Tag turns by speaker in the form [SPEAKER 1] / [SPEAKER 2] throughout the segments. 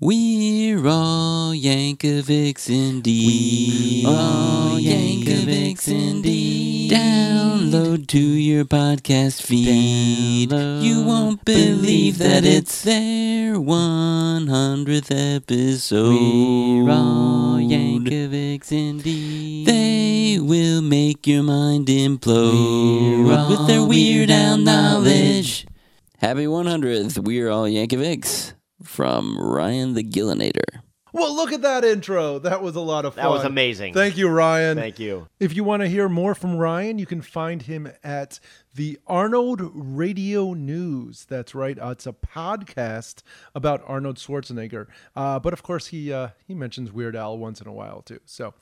[SPEAKER 1] We're all Yankovics indeed.
[SPEAKER 2] We are Yankovics indeed.
[SPEAKER 1] Download to your podcast feed.
[SPEAKER 2] Download.
[SPEAKER 1] You won't believe that it's their 100th episode.
[SPEAKER 2] We're all Yankovics indeed.
[SPEAKER 1] They will make your mind implode
[SPEAKER 2] We're all
[SPEAKER 1] with their weird
[SPEAKER 2] Weird Al
[SPEAKER 1] out knowledge.
[SPEAKER 2] knowledge.
[SPEAKER 1] Happy 100th. We're all Yankovics from Ryan the Gillinator.
[SPEAKER 3] Well, look at that intro. That was a lot of fun.
[SPEAKER 4] That was amazing.
[SPEAKER 3] Thank you, Ryan.
[SPEAKER 4] Thank you.
[SPEAKER 3] If you want to hear more from Ryan, you can find him at the Arnold Radio News. That's right. Uh, it's a podcast about Arnold Schwarzenegger. Uh, but of course, he uh, he mentions Weird Al once in a while too. So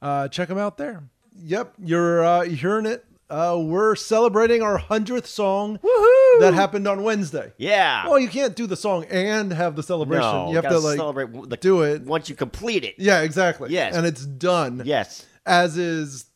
[SPEAKER 3] uh, check him out there. Yep, you're uh, you're hearing it. Uh, we're celebrating our hundredth song that happened on Wednesday.
[SPEAKER 4] Yeah.
[SPEAKER 3] Well, Oh, you can't do the song and have the celebration.
[SPEAKER 4] no,
[SPEAKER 3] you have
[SPEAKER 4] gotta
[SPEAKER 3] to like
[SPEAKER 4] celebrate w- the,
[SPEAKER 3] do it.
[SPEAKER 4] once you complete it.
[SPEAKER 3] Yeah, exactly.
[SPEAKER 4] Yes.
[SPEAKER 3] And it's done.
[SPEAKER 4] Yes,
[SPEAKER 3] As is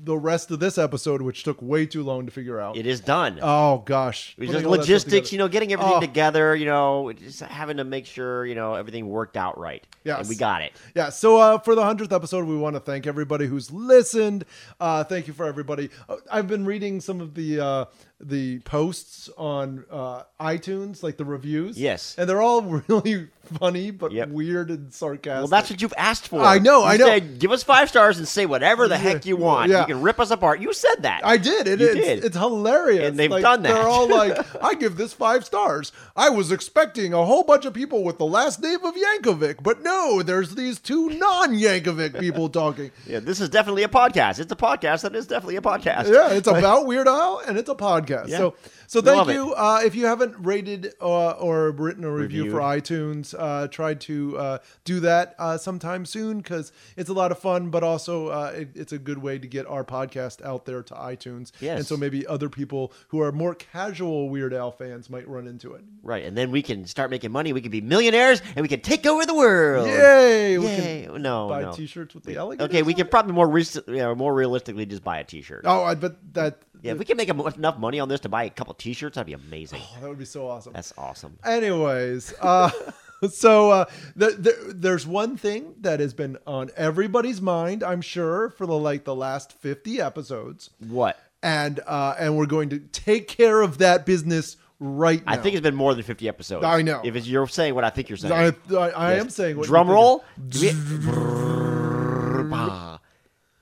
[SPEAKER 3] the rest of this episode, which took way too long to figure out.
[SPEAKER 4] it is done.
[SPEAKER 3] Oh gosh.
[SPEAKER 4] It's
[SPEAKER 3] Putting
[SPEAKER 4] just
[SPEAKER 3] all that stuff
[SPEAKER 4] logistics,
[SPEAKER 3] together.
[SPEAKER 4] you know, getting everything
[SPEAKER 3] Oh.
[SPEAKER 4] together, you know, just having to make sure, you know, everything worked out right.
[SPEAKER 3] Yes.
[SPEAKER 4] And we got it.
[SPEAKER 3] Yeah. So uh, for the hundredth episode, we want to thank everybody who's listened. Uh, thank you for everybody. Uh, I've been reading some of the uh, the posts on uh, iTunes, like the reviews.
[SPEAKER 4] Yes.
[SPEAKER 3] And they're all really funny, but
[SPEAKER 4] Yep.
[SPEAKER 3] weird and sarcastic.
[SPEAKER 4] Well, that's what you've asked for.
[SPEAKER 3] I know,
[SPEAKER 4] You
[SPEAKER 3] I know.
[SPEAKER 4] Said, Give us five stars and say whatever the heck you want.
[SPEAKER 3] Yeah.
[SPEAKER 4] You can rip us apart. You said that.
[SPEAKER 3] I did. It,
[SPEAKER 4] You
[SPEAKER 3] it's,
[SPEAKER 4] did.
[SPEAKER 3] it's hilarious.
[SPEAKER 4] And they've
[SPEAKER 3] Like,
[SPEAKER 4] done that.
[SPEAKER 3] They're all like, I give this five stars. I was expecting a whole bunch of people with the last name of Yankovic, but no, there's these two non Yankovic people talking.
[SPEAKER 4] yeah, this is definitely a podcast. It's a podcast that is definitely a podcast.
[SPEAKER 3] Yeah, it's about Weird Al and it's a podcast.
[SPEAKER 4] Yeah.
[SPEAKER 3] So, so
[SPEAKER 4] Love
[SPEAKER 3] thank you. Uh, if you haven't rated uh, or written a review for iTunes, uh, try to uh, do that uh, sometime soon because it's a lot of fun, but also uh, it, it's a good way to get our podcast out there to iTunes.
[SPEAKER 4] Yes.
[SPEAKER 3] And so maybe other people who are more casual Weird Al fans might run into it.
[SPEAKER 4] Right. And then we can start making money. We can be millionaires and we can take over the world.
[SPEAKER 3] Yay! We
[SPEAKER 4] Oh. Yay.
[SPEAKER 3] can
[SPEAKER 4] no.
[SPEAKER 3] buy
[SPEAKER 4] no.
[SPEAKER 3] T-shirts with the alligators.
[SPEAKER 4] Okay, we
[SPEAKER 3] on
[SPEAKER 4] could
[SPEAKER 3] it?
[SPEAKER 4] probably more rec- you know, more realistically just buy a T-shirt.
[SPEAKER 3] Oh, I bet that.
[SPEAKER 4] Yeah, if we can make em- enough money on this to buy a couple T-shirts, that'd be amazing.
[SPEAKER 3] oh, that would be so awesome.
[SPEAKER 4] That's awesome.
[SPEAKER 3] Anyways, uh, so uh, the, the, there's one thing that has been on everybody's mind, I'm sure, for the like the last 50 episodes,
[SPEAKER 4] What?
[SPEAKER 3] and uh, and we're going to take care of that business right now.
[SPEAKER 4] I think it's been more than fifty episodes.
[SPEAKER 3] I know.
[SPEAKER 4] If it's, you're saying what I think you're saying,
[SPEAKER 3] I, I, I
[SPEAKER 4] Yes.
[SPEAKER 3] am saying what you
[SPEAKER 4] Drum
[SPEAKER 3] think
[SPEAKER 4] roll. Do we-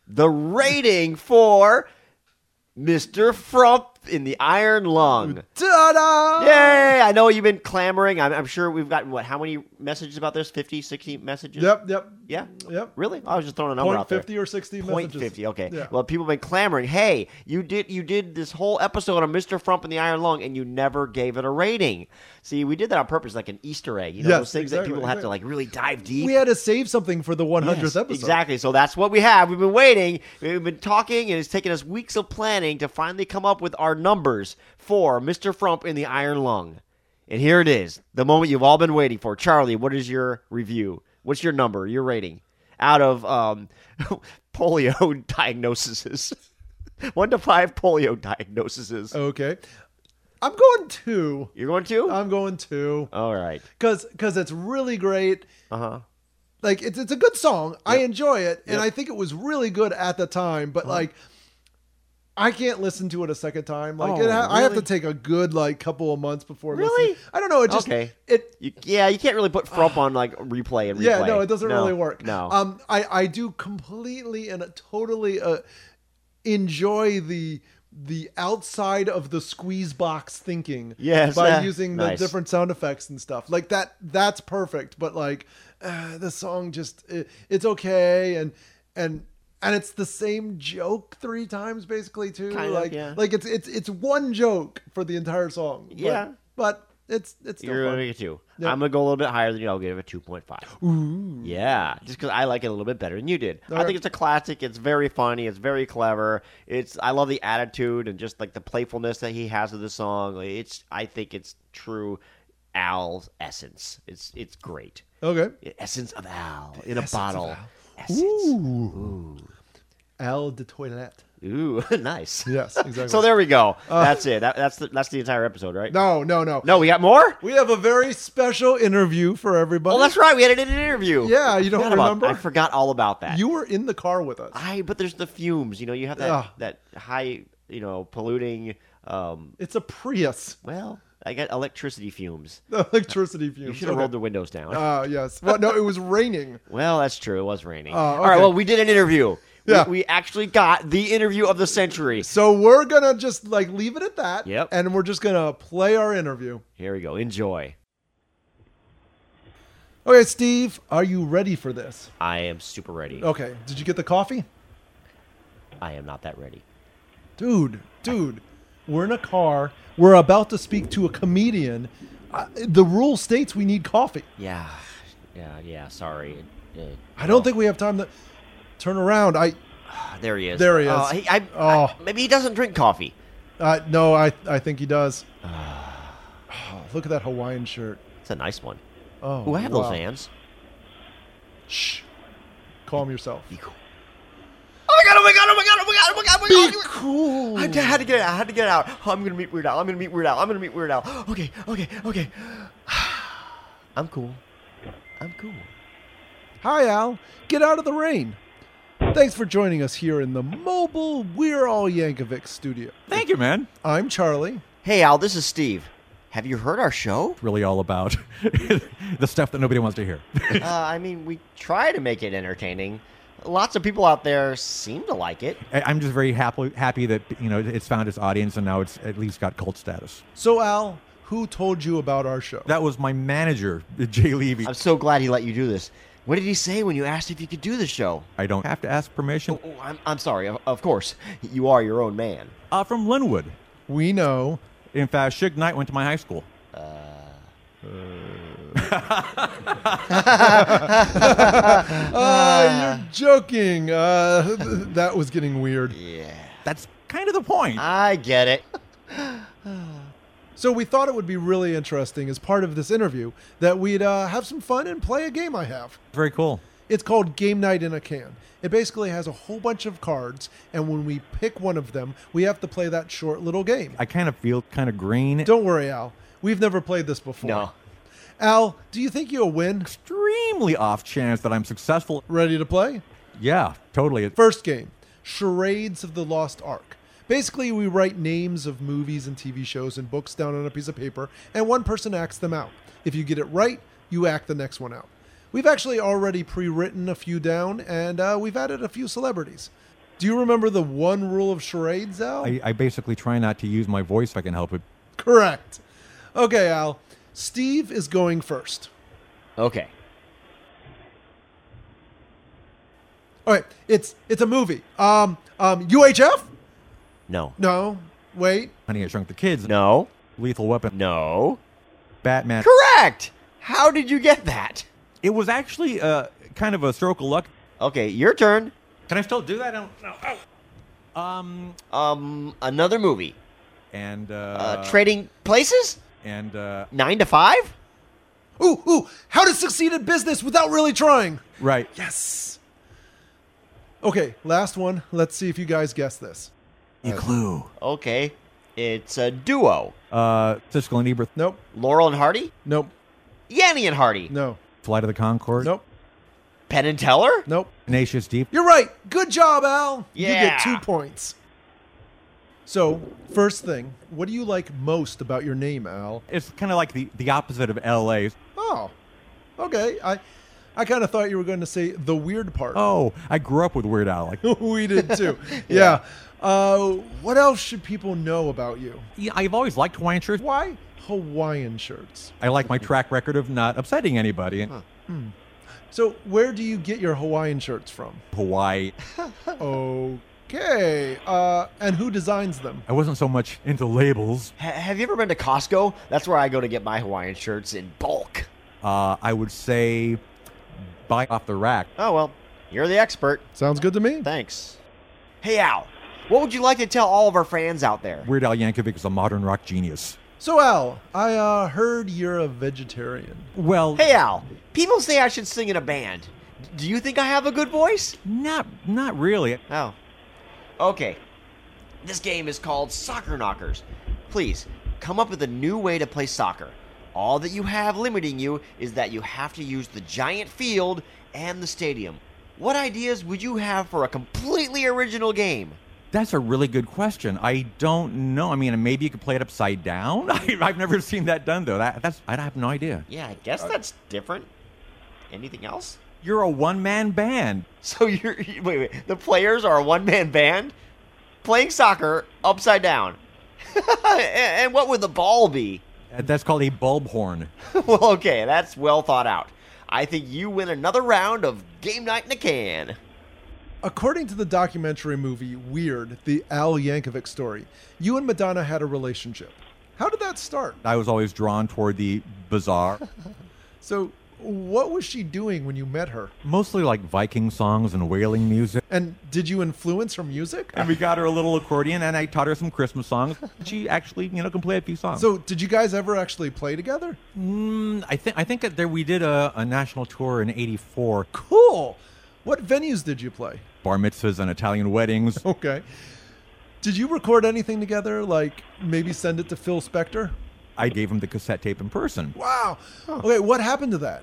[SPEAKER 4] the rating for Mr. Frump in the Iron Lung.
[SPEAKER 3] of- Ta-da!
[SPEAKER 4] Yay! I know you've been clamoring. I'm, I'm sure we've gotten, what, how many messages about this? 50, 60 messages?
[SPEAKER 3] Yep. Yep.
[SPEAKER 4] Yeah?
[SPEAKER 3] Yep.
[SPEAKER 4] Really? I was just throwing a number
[SPEAKER 3] Point
[SPEAKER 4] out there.
[SPEAKER 3] fifty or sixty
[SPEAKER 4] Point
[SPEAKER 3] messages.
[SPEAKER 4] fifty. Okay.
[SPEAKER 3] Yeah.
[SPEAKER 4] Well, people have been clamoring. Hey, you did you did this whole episode on Mr. Frump and the Iron Lung, and you never gave it a rating. See, we did that on purpose, like an Easter egg. You know,
[SPEAKER 3] Yes,
[SPEAKER 4] those things that
[SPEAKER 3] exactly,
[SPEAKER 4] people have to like really dive deep.
[SPEAKER 3] we had to save something for the 100th
[SPEAKER 4] Yes,
[SPEAKER 3] episode.
[SPEAKER 4] Exactly. So that's what we have. We've been waiting. We've been talking, and it's taken us weeks of planning to finally come up with our numbers for Mr. Frump in the Iron Lung. And here it is, the moment you've all been waiting for. Charlie, what is your review? What's your number? Your rating out of um, polio diagnoses? One to five polio diagnoses.
[SPEAKER 3] Okay. I'm going two.
[SPEAKER 4] You're going to?
[SPEAKER 3] I'm going two.
[SPEAKER 4] all right.
[SPEAKER 3] because because it's really great.
[SPEAKER 4] Uh
[SPEAKER 3] uh-huh.
[SPEAKER 4] huh.
[SPEAKER 3] Like it's it's a good song. I enjoy it, and I think it was really good at the time.
[SPEAKER 4] Uh-huh.
[SPEAKER 3] But like, I can't listen to it a second time. Like,
[SPEAKER 4] Oh,
[SPEAKER 3] it ha- I have to
[SPEAKER 4] really?
[SPEAKER 3] take a good like couple of months before.
[SPEAKER 4] Really?
[SPEAKER 3] listening. I don't know. It just
[SPEAKER 4] Okay.
[SPEAKER 3] it.
[SPEAKER 4] You, yeah, you can't really put Frump on like replay and replay.
[SPEAKER 3] Yeah, no, it doesn't really work.
[SPEAKER 4] No.
[SPEAKER 3] um, I I do completely and totally uh, enjoy the the outside of the squeeze box thinking.
[SPEAKER 4] Yes,
[SPEAKER 3] by
[SPEAKER 4] yeah.
[SPEAKER 3] using the
[SPEAKER 4] Nice.
[SPEAKER 3] different sound effects and stuff like that. That's perfect. But like uh, the song, just it, it's okay and and. And it's the same joke three times, basically. Too
[SPEAKER 4] Kind of,
[SPEAKER 3] like,
[SPEAKER 4] yeah.
[SPEAKER 3] like it's it's it's one joke for the entire song. But-
[SPEAKER 4] Yeah.
[SPEAKER 3] but, it's it's still
[SPEAKER 4] You're
[SPEAKER 3] fun.
[SPEAKER 4] gonna give it a two.
[SPEAKER 3] Yeah.
[SPEAKER 4] I'm gonna go a little bit higher than you. I'll give it a two point five. Yeah, just because I like it a little bit better than you did. I
[SPEAKER 3] right.
[SPEAKER 4] think it's a classic. It's very funny. It's very clever. It's I love the attitude and just like the playfulness that he has of the song. Like, It's I think it's true Al's essence. It's it's great.
[SPEAKER 3] Okay.
[SPEAKER 4] Essence of Al in a
[SPEAKER 3] Essence of
[SPEAKER 4] bottle.
[SPEAKER 3] Al.
[SPEAKER 4] Essence.
[SPEAKER 3] Ooh. Al de Toilette.
[SPEAKER 4] Ooh, nice.
[SPEAKER 3] Yes, exactly.
[SPEAKER 4] So there we go. that's it. That, that's the, that's the entire episode, right?
[SPEAKER 3] Uh. No, no, no,
[SPEAKER 4] No, we got more.
[SPEAKER 3] We have a very special interview for everybody.
[SPEAKER 4] Oh, that's right. We had an interview.
[SPEAKER 3] Yeah, you don't
[SPEAKER 4] Forgot about-
[SPEAKER 3] remember?
[SPEAKER 4] I forgot all about that.
[SPEAKER 3] You were in the car with us.
[SPEAKER 4] I but there's the fumes. You know, you have that
[SPEAKER 3] Ugh.
[SPEAKER 4] that high, you know, polluting. Um,
[SPEAKER 3] It's a Prius.
[SPEAKER 4] well, I got electricity fumes.
[SPEAKER 3] The electricity fumes.
[SPEAKER 4] You should have rolled the windows down.
[SPEAKER 3] Uh, yes. Well, no, it was raining.
[SPEAKER 4] well, that's true. It was raining.
[SPEAKER 3] Oh,
[SPEAKER 4] All right.
[SPEAKER 3] okay.
[SPEAKER 4] Well, we did an interview. We-
[SPEAKER 3] Yeah.
[SPEAKER 4] We, actually got the interview of the century.
[SPEAKER 3] So we're gonna just like leave it at that.
[SPEAKER 4] Yep.
[SPEAKER 3] And we're just gonna play our interview.
[SPEAKER 4] Here we go. Enjoy.
[SPEAKER 3] Okay, Steve, are you ready for this?
[SPEAKER 4] I am super ready.
[SPEAKER 3] Okay. Did you get the coffee?
[SPEAKER 4] I am not that ready.
[SPEAKER 3] Dude, dude, we're in a car. We're about to speak to a comedian. Uh, the rule states we need coffee.
[SPEAKER 4] Yeah. Yeah. Yeah. Sorry. Uh,
[SPEAKER 3] I don't think we have time to turn around. I
[SPEAKER 4] There he is.
[SPEAKER 3] There he
[SPEAKER 4] Oh,
[SPEAKER 3] is.
[SPEAKER 4] I, I-
[SPEAKER 3] Oh.
[SPEAKER 4] maybe he doesn't drink coffee.
[SPEAKER 3] uh, no, I I think he does. Oh, look at that Hawaiian shirt.
[SPEAKER 4] It's a nice one.
[SPEAKER 3] Oh,
[SPEAKER 4] Ooh, I have
[SPEAKER 3] wow.
[SPEAKER 4] those hands.
[SPEAKER 3] Shh. Calm yourself.
[SPEAKER 4] Be cool. Oh my god! Oh my god! Oh my god! Oh my god! Oh my god! Oh my god!
[SPEAKER 3] Be cool.
[SPEAKER 4] I had to- had to get it out. I had to get it out. Oh, I'm gonna meet Weird Al. I'm gonna meet Weird Al. I'm gonna meet Weird Al. Okay, okay, okay. I'm cool. I'm cool.
[SPEAKER 3] Hi, Al. Get out of the rain. Thanks for joining us here in the mobile We're All Yankovic studio.
[SPEAKER 2] Thank you, man.
[SPEAKER 3] I'm Charlie.
[SPEAKER 4] Hey Al, this is Steve. Have you heard our show?
[SPEAKER 2] Really all about the stuff that nobody wants to hear.
[SPEAKER 4] uh, I mean, we try to make it entertaining. Lots of people out there seem to like it.
[SPEAKER 2] I- I'm just very happy, happy that you know it's found its audience and now it's at least got cult status.
[SPEAKER 3] So, Al, who told you about our show?
[SPEAKER 2] That was my manager, Jay Levy.
[SPEAKER 4] I'm so glad he let you do this. What did he say when you asked if you could do the show?
[SPEAKER 2] I don't have to ask permission.
[SPEAKER 4] Oh, I'm, I'm sorry. Of, of course, you are your own man.
[SPEAKER 2] Uh, from Linwood.
[SPEAKER 3] we know.
[SPEAKER 2] In fact, Suge Knight went to my high school.
[SPEAKER 3] Uh, you're joking. Uh, th- that was getting weird.
[SPEAKER 4] Yeah,
[SPEAKER 2] That's kind of the point.
[SPEAKER 4] I get it.
[SPEAKER 3] So, we thought it would be really interesting as part of this interview that we'd uh, have some fun and play a game I have.
[SPEAKER 2] Very cool.
[SPEAKER 3] It's called Game Night in a Can. It basically has a whole bunch of cards, and when we pick one of them, we have to play that short little game.
[SPEAKER 2] I kind of feel kind of green.
[SPEAKER 3] Don't worry, Al. We've never played this before.
[SPEAKER 4] No.
[SPEAKER 3] Al, do you think you'll win?
[SPEAKER 2] Extremely off chance that I'm successful.
[SPEAKER 3] Ready to play?
[SPEAKER 2] Yeah, totally.
[SPEAKER 3] First game Charades of the Lost Ark. Basically, we write names of movies and TV shows and books down on a piece of paper, and one person acts them out. If you get it right, you act the next one out. We've actually already pre written a few down, and uh, we've added a few celebrities. Do you remember the one rule of charades, Al?
[SPEAKER 2] I, I basically try not to use my voice if I can help it.
[SPEAKER 3] Correct. Okay, Al. Steve is going first.
[SPEAKER 4] Okay.
[SPEAKER 3] All right, it's it's a movie. Um, um, UHF?
[SPEAKER 4] No.
[SPEAKER 3] No, wait.
[SPEAKER 2] Honey, I Shrunk the Kids,
[SPEAKER 4] No.
[SPEAKER 2] Lethal Weapon,
[SPEAKER 4] No.
[SPEAKER 2] Batman.
[SPEAKER 4] Correct. How did you get that?
[SPEAKER 2] It was actually uh, kind of a stroke of luck.
[SPEAKER 4] Okay, your turn.
[SPEAKER 2] Can I still do that? I don't know. Ow. Um,
[SPEAKER 4] Um, another movie.
[SPEAKER 2] and uh,
[SPEAKER 4] Uh, Trading Places.
[SPEAKER 2] and uh,
[SPEAKER 4] Nine to Five.
[SPEAKER 3] Ooh, ooh, how to succeed in business without really trying.
[SPEAKER 2] right.
[SPEAKER 3] Yes. Okay, last one. Let's see if you guys guess this.
[SPEAKER 2] clue.
[SPEAKER 4] Okay, it's a duo.
[SPEAKER 2] Uh, Siskel and Ebert,
[SPEAKER 3] Nope,
[SPEAKER 4] Laurel and Hardy.
[SPEAKER 3] nope,
[SPEAKER 4] Yanni and Hardy.
[SPEAKER 3] no,
[SPEAKER 2] Flight of the Concord,
[SPEAKER 3] nope,
[SPEAKER 4] Penn and Teller.
[SPEAKER 3] nope.
[SPEAKER 2] Tenacious Deep.
[SPEAKER 3] You're right. Good job, Al. You
[SPEAKER 4] Yeah.
[SPEAKER 3] get two points. So, first thing, what do you like most about your name, Al?
[SPEAKER 2] It's kind of like the, the opposite of L.A.
[SPEAKER 3] Oh, okay. I, I kind of thought you were going to say the weird part.
[SPEAKER 2] Oh, I grew up with Weird Al. Like,
[SPEAKER 3] we did too. yeah. Uh, what else should people know about you?
[SPEAKER 2] yeah, I've always liked Hawaiian shirts.
[SPEAKER 3] Why Hawaiian shirts?
[SPEAKER 2] I like my track record of not upsetting anybody.
[SPEAKER 3] So, where do you get your Hawaiian shirts from?
[SPEAKER 2] Hawaii.
[SPEAKER 3] Okay. Uh, and who designs them?
[SPEAKER 2] I wasn't so much into labels.
[SPEAKER 4] Ha- have you ever been to Costco? That's where I go to get my Hawaiian shirts in bulk.
[SPEAKER 2] Uh, I would say buy off the rack.
[SPEAKER 4] Oh well, you're the expert.
[SPEAKER 3] Sounds good to me.
[SPEAKER 4] Thanks. Hey Al, what would you like to tell all of our fans out there?
[SPEAKER 2] Weird Al Yankovic is a modern rock genius.
[SPEAKER 3] So, Al, I uh, heard you're a vegetarian.
[SPEAKER 2] Well,
[SPEAKER 4] Hey Al, people say I should sing in a band. D- Do you think I have a good voice?
[SPEAKER 2] not not really.
[SPEAKER 4] Oh, Okay. This game is called Soccer Knockers. Please, come up with a new way to play soccer. All that you have limiting you is that you have to use the giant field and the stadium. What ideas would you have for a completely original game?
[SPEAKER 2] That's a really good question. I don't know. I mean, maybe you could play it upside down. I, I've never seen that done though. That, that's I have no idea.
[SPEAKER 4] Yeah, I guess that's different. Anything else?
[SPEAKER 2] You're a one man band.
[SPEAKER 4] So you're you- wait, wait. The players are a one-man band playing soccer upside down. and, and what would the ball be?
[SPEAKER 2] Uh, That's called a bulb horn.
[SPEAKER 4] well, okay, that's well thought out. I think you win another round of game night in a can.
[SPEAKER 3] According to the documentary movie Weird, the Al Yankovic story, you and Madonna had a relationship. How did that start?
[SPEAKER 2] I was always drawn toward the bizarre,
[SPEAKER 3] So, what was she doing when you met her?
[SPEAKER 2] mostly like Viking songs and wailing music.
[SPEAKER 3] And did you influence her music?
[SPEAKER 2] And we got her a little accordion, and I taught her some Christmas songs. She actually, you know, can play a few songs.
[SPEAKER 3] So, did you guys ever actually play together?
[SPEAKER 2] Mm, I think I think that there we did a, a national tour in '84,
[SPEAKER 3] Cool. What venues did you play?
[SPEAKER 2] bar mitzvahs and Italian weddings.
[SPEAKER 3] Okay. Did you record anything together? Like maybe send it to Phil Spector?
[SPEAKER 2] I gave him the cassette tape in person.
[SPEAKER 3] Wow. Okay, what happened to that?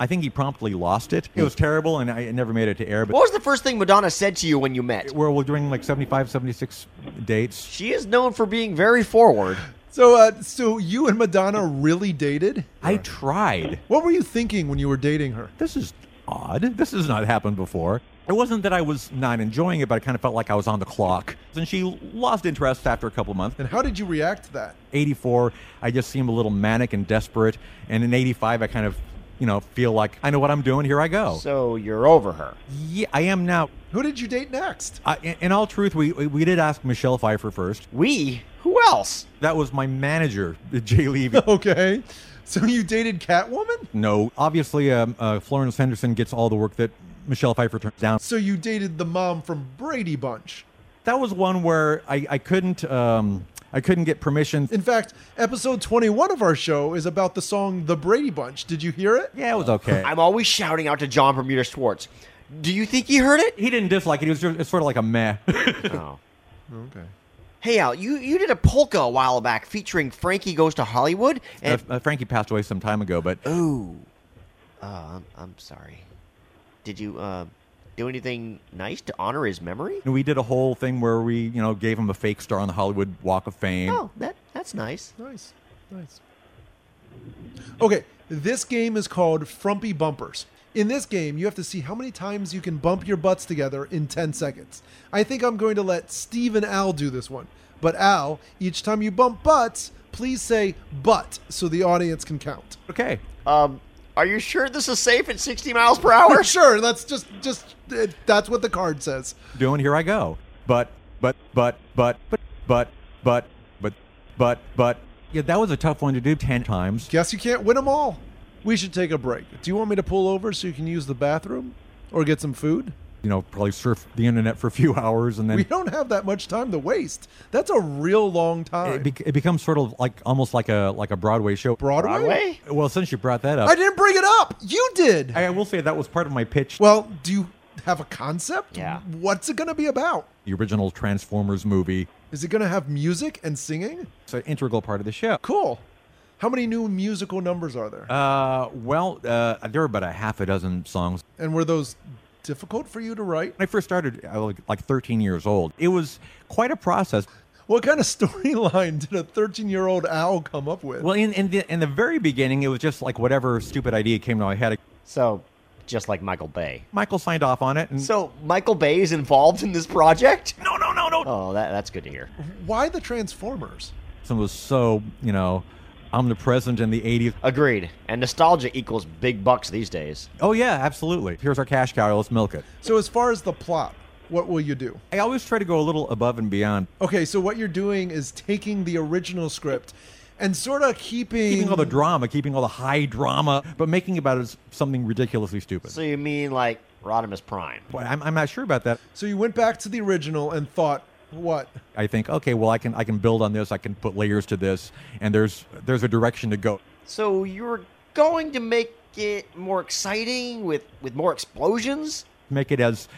[SPEAKER 2] I think he promptly lost it. It was terrible, and I it never made it to air. But
[SPEAKER 4] Hmm. What was the first thing Madonna said to you when you met?
[SPEAKER 2] we're, we're doing like 75, 76 dates.
[SPEAKER 4] She is known for being very forward.
[SPEAKER 3] So, uh, so you and Madonna really dated?
[SPEAKER 2] I tried.
[SPEAKER 3] What were you thinking when you were dating her?
[SPEAKER 2] This is odd. This has not happened before. It wasn't that I was not enjoying it, but I kind of felt like I was on the clock. And she lost interest after a couple months.
[SPEAKER 3] And how did you react to that?
[SPEAKER 2] 84, I just seemed a little manic and desperate. And in 85, I kind of, you know, feel like I know what I'm doing. Here I go.
[SPEAKER 4] So you're over her.
[SPEAKER 2] yeah, I am now.
[SPEAKER 3] Who did you date next?
[SPEAKER 2] I, in, in all truth, we, we we did ask Michelle Pfeiffer first.
[SPEAKER 4] We? Who else?
[SPEAKER 2] That was my manager, Jay Levy.
[SPEAKER 3] Okay. So you dated Catwoman?
[SPEAKER 2] no, obviously, um, uh, Florence Henderson gets all the work that Michelle Pfeiffer turns down.
[SPEAKER 3] So you dated the mom from Brady Bunch.
[SPEAKER 2] That was one where I, I couldn't um, I couldn't get permission.
[SPEAKER 3] In fact, episode 21 of our show is about the song The Brady Bunch. Did you hear it?
[SPEAKER 2] Yeah, it was okay.
[SPEAKER 4] I'm always shouting out to John Bermuda Schwartz. Do you think he heard it?
[SPEAKER 2] he didn't dislike it. It was just, it's sort of like a meh.
[SPEAKER 4] Oh.
[SPEAKER 3] Okay.
[SPEAKER 4] Hey Al, you, you did a polka a while back featuring Frankie Goes to Hollywood
[SPEAKER 2] Uh,
[SPEAKER 4] and
[SPEAKER 2] uh, Frankie passed away some time ago, but
[SPEAKER 4] Ooh. Oh, I'm, I'm sorry. Did you uh, do anything nice to honor his memory?
[SPEAKER 2] we did a whole thing where we you know gave him a fake star on the Hollywood Walk of Fame.
[SPEAKER 4] Oh, that that's nice.
[SPEAKER 3] Nice. Nice. Okay, this game is called Frumpy Bumpers. In this game, you have to see how many times you can bump your butts together in 10 seconds. I think I'm going to let Steve and Al do this one. But Al, each time you bump butts, please say butt so the audience can count.
[SPEAKER 2] Okay.
[SPEAKER 4] Um, are you sure this is safe at 60 miles per hour?
[SPEAKER 3] Sure, that's just just it, that's what the card says.
[SPEAKER 2] doing here I go. But but but but but but but but but but yeah, that was a tough one to do ten times.
[SPEAKER 3] Guess you can't win them all. We should take a break. Do you want me to pull over so you can use the bathroom or get some food?
[SPEAKER 2] You know, probably surf the internet for a few hours and then
[SPEAKER 3] We don't have that much time to waste. That's a real long time.
[SPEAKER 2] it, bec it becomes sort of like almost like a like a Broadway show.
[SPEAKER 3] Broadway?
[SPEAKER 4] Broadway?
[SPEAKER 2] Well, since you brought that up,
[SPEAKER 3] I didn't bring it up. You did.
[SPEAKER 2] I, I will say that was part of my pitch.
[SPEAKER 3] well, do you have a concept?
[SPEAKER 4] Yeah.
[SPEAKER 3] What's it going to be about?
[SPEAKER 2] The original Transformers movie,
[SPEAKER 3] Is it going to have music and singing?
[SPEAKER 2] it's an integral part of the show.
[SPEAKER 3] Cool. How many new musical numbers are there?
[SPEAKER 2] Uh, well, uh, there were about a half a dozen songs.
[SPEAKER 3] and were those difficult for you to write?
[SPEAKER 2] When I first started, I was like, like 13 years old. It was quite a process.
[SPEAKER 3] What kind of storyline did a 13 year old owl come up with?
[SPEAKER 2] Well, in, in the in the very beginning, it was just like whatever stupid idea came to my head.
[SPEAKER 4] So, just like Michael Bay.
[SPEAKER 2] Michael signed off on it, and
[SPEAKER 4] So Michael Bay is involved in this project?
[SPEAKER 2] no, no, no, no.
[SPEAKER 4] Oh, that that's good to hear.
[SPEAKER 3] Why the Transformers?
[SPEAKER 2] Some was so you know omnipresent in the 80s.
[SPEAKER 4] Agreed. And nostalgia equals big bucks these days.
[SPEAKER 2] Oh yeah, absolutely. Here's our cash cow. Let's milk it.
[SPEAKER 3] So, as far as the plot, what will you do?
[SPEAKER 2] I always try to go a little above and beyond,
[SPEAKER 3] Okay, so what you're doing is taking the original script and sort of keeping,
[SPEAKER 2] keeping all the drama, keeping all the high drama, but making about it as something ridiculously stupid.
[SPEAKER 4] So you mean like Rodimus Prime?
[SPEAKER 2] But I'm, I'm not sure about that.
[SPEAKER 3] So you went back to the original and thought, what?
[SPEAKER 2] I think okay, well, I can I can build on this. I can put layers to this, and there's there's a direction to go.
[SPEAKER 4] So you're going to make it more exciting with with more explosions?
[SPEAKER 2] make it as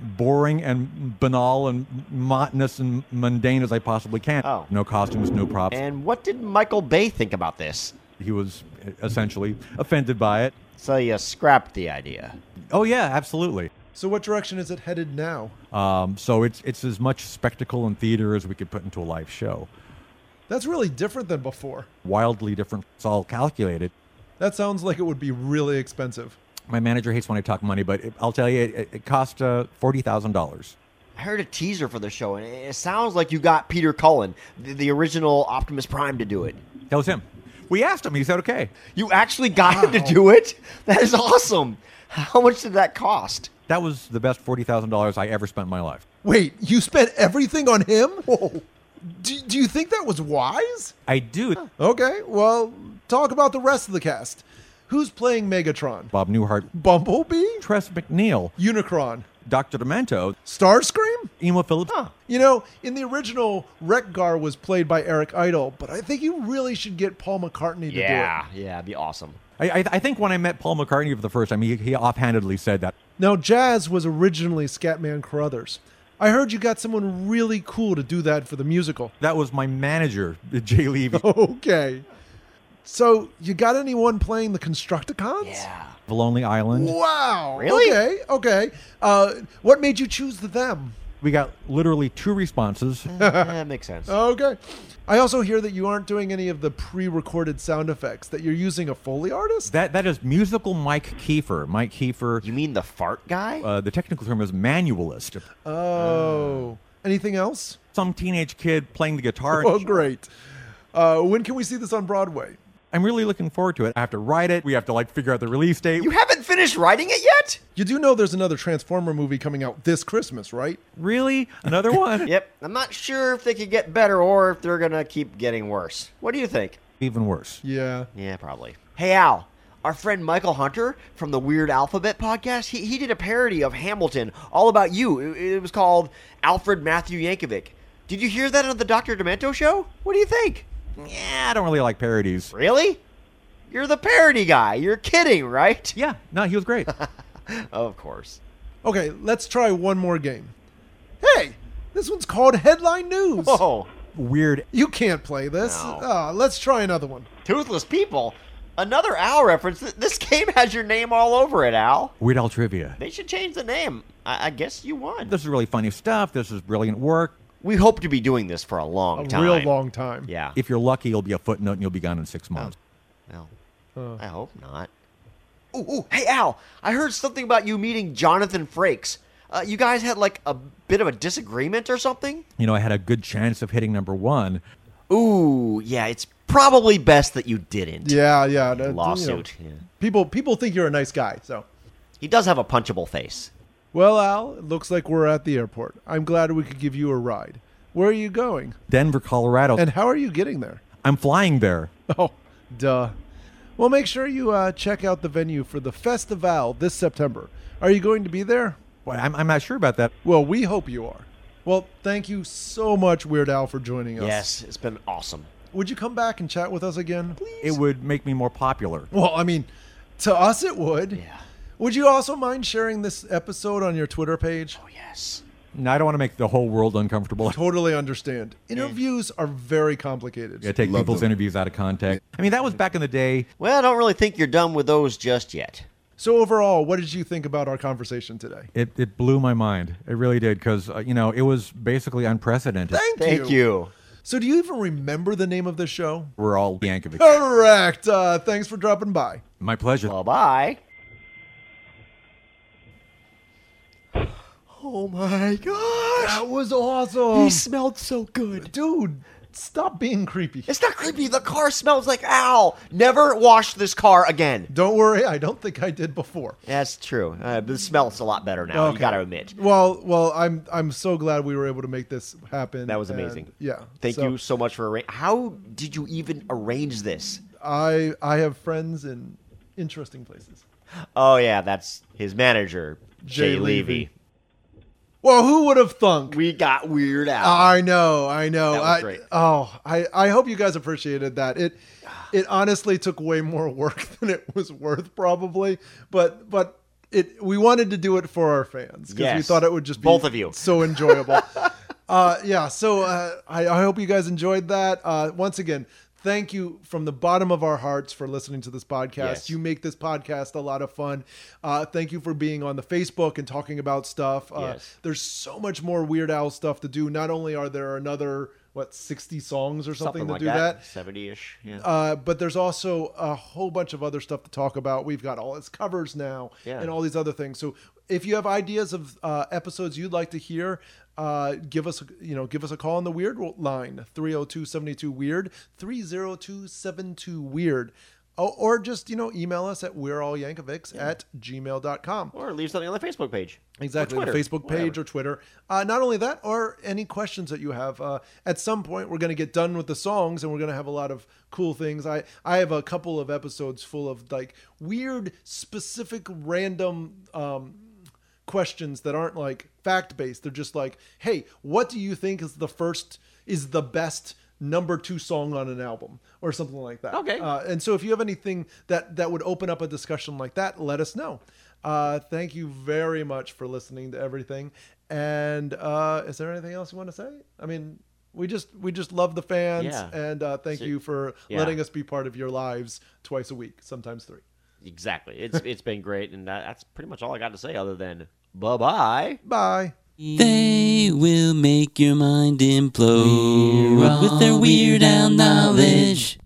[SPEAKER 2] boring and banal and monotonous and mundane as I possibly can.
[SPEAKER 4] Oh.
[SPEAKER 2] No costumes, no props.
[SPEAKER 4] And what did Michael Bay think about this?
[SPEAKER 2] he was essentially offended by it.
[SPEAKER 4] So you scrapped the idea.
[SPEAKER 2] Oh yeah, absolutely.
[SPEAKER 3] So, what direction is it headed now?
[SPEAKER 2] Um, so it's it's as much spectacle and theater as we could put into a live show.
[SPEAKER 3] That's really different than before.
[SPEAKER 2] Wildly different. It's all calculated.
[SPEAKER 3] That sounds like it would be really expensive.
[SPEAKER 2] My manager hates when I talk money, but it, I'll tell you, it, it cost uh, forty thousand dollars.
[SPEAKER 4] I heard a teaser for the show, and it sounds like you got Peter Cullen, the, the original Optimus Prime, to do it.
[SPEAKER 2] That was him. We asked him. He said, "Okay."
[SPEAKER 4] You actually got him to do it? That is awesome. How much did that cost?
[SPEAKER 2] That was the best forty thousand dollars I ever spent in my life.
[SPEAKER 3] Wait, you spent everything on him? Whoa. Do, do you think that was wise?
[SPEAKER 2] I do.
[SPEAKER 3] Okay, well, talk about the rest of the cast. Who's playing Megatron?
[SPEAKER 2] Bob Newhart,
[SPEAKER 3] Bumblebee?
[SPEAKER 2] Tress McNeil,
[SPEAKER 3] Unicron?
[SPEAKER 2] Doctor Demento,
[SPEAKER 3] Starscream?
[SPEAKER 2] Emo Phillips.
[SPEAKER 3] You know, in the original, Rekgar was played by Eric Idle, but I think you really should get Paul McCartney to do
[SPEAKER 4] Yeah, yeah, it'd be awesome.
[SPEAKER 2] I, I, I think when I met Paul McCartney for the first time, he, he offhandedly said that.
[SPEAKER 3] it. Now, Jazz was originally Scatman Carruthers. I heard you got someone really cool to do that for the musical.
[SPEAKER 2] That was my manager, Jay Levy.
[SPEAKER 3] Okay. So, you got anyone playing the Constructicons?
[SPEAKER 4] Yeah.
[SPEAKER 2] The Lonely Island.
[SPEAKER 3] Wow.
[SPEAKER 4] Really?
[SPEAKER 3] Okay, okay. Uh, what made you choose the them?
[SPEAKER 2] We got literally two responses.
[SPEAKER 4] that makes sense.
[SPEAKER 3] Okay. I also hear that you aren't doing any of the pre recorded sound effects, that you're using a Foley artist?
[SPEAKER 2] that that is musical Mike Kiefer. Mike Kiefer.
[SPEAKER 4] You mean the fart guy?
[SPEAKER 2] Uh, the technical term is manualist.
[SPEAKER 4] Uh.
[SPEAKER 3] oh. Anything else?
[SPEAKER 2] Some teenage kid playing the guitar.
[SPEAKER 3] Oh, great. Uh, when can we see this on Broadway?
[SPEAKER 2] I'm really looking forward to it. I have to write it. We have to like figure out the release date.
[SPEAKER 4] you haven't finished writing it yet?
[SPEAKER 3] You do know there's another Transformer movie coming out this Christmas, right?
[SPEAKER 2] really? Another one?
[SPEAKER 4] Yep. I'm not sure if they could get better or if they're going to keep getting worse. What do you think?
[SPEAKER 2] Even worse.
[SPEAKER 3] Yeah.
[SPEAKER 4] Yeah, probably. Hey, Al. Our friend Michael Hunter from the Weird Alphabet podcast, he, he did a parody of Hamilton all about you. It, it was called Alfred Matthew Yankovic. Did you hear that on the Dr. Demento show? What do you think?
[SPEAKER 2] Yeah, I don't really like parodies.
[SPEAKER 4] Really? You're the parody guy. You're kidding, right?
[SPEAKER 2] Yeah, no, he was great.
[SPEAKER 4] Of course.
[SPEAKER 3] Okay, let's try one more game. Hey, this one's called Headline News.
[SPEAKER 4] Whoa.
[SPEAKER 2] Weird.
[SPEAKER 3] You can't play this.
[SPEAKER 4] Oh. No.
[SPEAKER 3] Uh, let's try another one.
[SPEAKER 4] Toothless people. Another Al reference. Th- This game has your name all over it, Al.
[SPEAKER 2] Weird Al trivia.
[SPEAKER 4] They should change the name. I, I guess you won.
[SPEAKER 2] This is really funny stuff. This is brilliant work.
[SPEAKER 4] We hope to be doing this for a
[SPEAKER 3] A
[SPEAKER 4] long time.
[SPEAKER 3] real long time.
[SPEAKER 4] Yeah.
[SPEAKER 2] If you're lucky, you'll be a footnote and you'll be gone in six months.
[SPEAKER 4] Well, I hope not. Ooh, ooh, hey Al, I heard something about you meeting Jonathan Frakes. Uh, you guys had like a bit of a disagreement or something?
[SPEAKER 2] You know, I had a good chance of hitting number one.
[SPEAKER 4] Ooh, yeah, it's probably best that you didn't.
[SPEAKER 3] Yeah, yeah. that- you know,
[SPEAKER 4] Lawsuit. Yeah.
[SPEAKER 3] People people think you're a nice guy, so.
[SPEAKER 4] He does have a punchable face.
[SPEAKER 3] Well, Al, it looks like we're at the airport. I'm glad we could give you a ride. Where are you going?
[SPEAKER 2] Denver, Colorado.
[SPEAKER 3] And how are you getting there?
[SPEAKER 2] I'm flying there.
[SPEAKER 3] Oh, duh. Well, make sure you uh, check out the venue for the Festival this September. Are you going to be there?
[SPEAKER 2] Well, I'm, I'm not sure about that.
[SPEAKER 3] Well, we hope you are. Well, thank you so much, Weird Al, for joining us.
[SPEAKER 4] Yes, it's been awesome.
[SPEAKER 3] Would you come back and chat with us again? Please.
[SPEAKER 2] It would make me more popular.
[SPEAKER 3] Well, I mean, to us it would.
[SPEAKER 4] Yeah.
[SPEAKER 3] Would you also mind sharing this episode on your Twitter page?
[SPEAKER 4] Oh, yes.
[SPEAKER 2] No, I don't want to make the whole world uncomfortable.
[SPEAKER 3] Totally understand. Interviews are very complicated.
[SPEAKER 2] Yeah, take
[SPEAKER 5] Love
[SPEAKER 2] people's
[SPEAKER 5] them.
[SPEAKER 2] interviews out of context. I mean, that was back in the day.
[SPEAKER 4] Well, I don't really think you're done with those just yet.
[SPEAKER 3] So overall, what did you think about our conversation today?
[SPEAKER 2] It, it blew my mind. It really did because uh, you know it was basically unprecedented.
[SPEAKER 3] Thank,
[SPEAKER 4] Thank you.
[SPEAKER 3] So do you even remember the name of the show?
[SPEAKER 2] We're all Yankovic.
[SPEAKER 5] Oh.
[SPEAKER 3] Correct. Uh, thanks for dropping by.
[SPEAKER 2] My pleasure.
[SPEAKER 4] Bye bye. Oh my gosh.
[SPEAKER 3] That was awesome.
[SPEAKER 4] He smelled so good.
[SPEAKER 3] Dude, stop being creepy.
[SPEAKER 4] It's not creepy. The car smells like Al. Never wash this car again.
[SPEAKER 3] Don't worry, I don't think I did before.
[SPEAKER 4] That's true. Uh, the smell's a lot better now. You
[SPEAKER 3] Okay.
[SPEAKER 4] gotta admit.
[SPEAKER 3] Well, well, I'm I'm so glad we were able to make this happen.
[SPEAKER 4] That was
[SPEAKER 3] and,
[SPEAKER 4] amazing.
[SPEAKER 3] yeah.
[SPEAKER 4] Thank
[SPEAKER 3] so
[SPEAKER 4] you so much for arranging. How did you even arrange this?
[SPEAKER 3] I I have friends in interesting places.
[SPEAKER 4] Oh yeah, that's his manager, Jay,
[SPEAKER 3] Jay
[SPEAKER 4] Levy.
[SPEAKER 3] Levy. Well, who would have thunk?
[SPEAKER 4] We got weird out.
[SPEAKER 3] Uh, I know, I know.
[SPEAKER 4] That was
[SPEAKER 3] I,
[SPEAKER 4] great.
[SPEAKER 3] Oh, I, I hope you guys appreciated that. It it honestly took way more work than it was worth, probably. But but it we wanted to do it for our fans because we
[SPEAKER 4] Yes.
[SPEAKER 3] thought it would just be
[SPEAKER 4] Both of you.
[SPEAKER 3] so enjoyable. uh, yeah, so uh, I, I hope you guys enjoyed that. Uh, once again, thank you from the bottom of our hearts for listening to this podcast.
[SPEAKER 4] Yes.
[SPEAKER 3] You make this podcast a lot of fun. Uh, thank you for being on the Facebook and talking about stuff. Uh,
[SPEAKER 4] Yes.
[SPEAKER 3] There's so much more Weird Owl stuff to do. Not only are there another what 60 songs or something, to
[SPEAKER 4] like
[SPEAKER 3] do that
[SPEAKER 4] seventy-ish. Yeah.
[SPEAKER 3] uh, but there's also a whole bunch of other stuff to talk about. We've got all its covers now
[SPEAKER 4] Yeah.
[SPEAKER 3] and all these other things. So if you have ideas of uh, episodes you'd like to hear, uh, give us you know give us a call on the weird line 302-72 weird 302-72 weird oh, or just you know email us at we're all yankovics at gmail.com
[SPEAKER 4] or leave something on the Facebook page.
[SPEAKER 3] Exactly,
[SPEAKER 4] Or
[SPEAKER 3] the
[SPEAKER 4] Twitter,
[SPEAKER 3] Facebook page or Twitter. Uh, not only that, or any questions that you have. Uh, at some point, we're going to get done with the songs, and we're going to have a lot of cool things. I I have a couple of episodes full of like weird, specific, random um, questions that aren't like fact based. They're just like, hey, what do you think is the first is the best number two song on an album or something like that.
[SPEAKER 4] Okay.
[SPEAKER 3] Uh, and so if you have anything that that would open up a discussion like that, let us know. Uh, thank you very much for listening to everything. And uh, is there anything else you want to say? I mean, we just we just love the fans,
[SPEAKER 4] Yeah.
[SPEAKER 3] and uh, thank you for
[SPEAKER 4] yeah.
[SPEAKER 3] letting us be part of your lives twice a week, sometimes three.
[SPEAKER 4] Exactly. It's it's been great, and that, that's pretty much all I got to say. Other than bye bye.
[SPEAKER 3] Bye.
[SPEAKER 1] They will make your mind implode with their weird owl knowledge.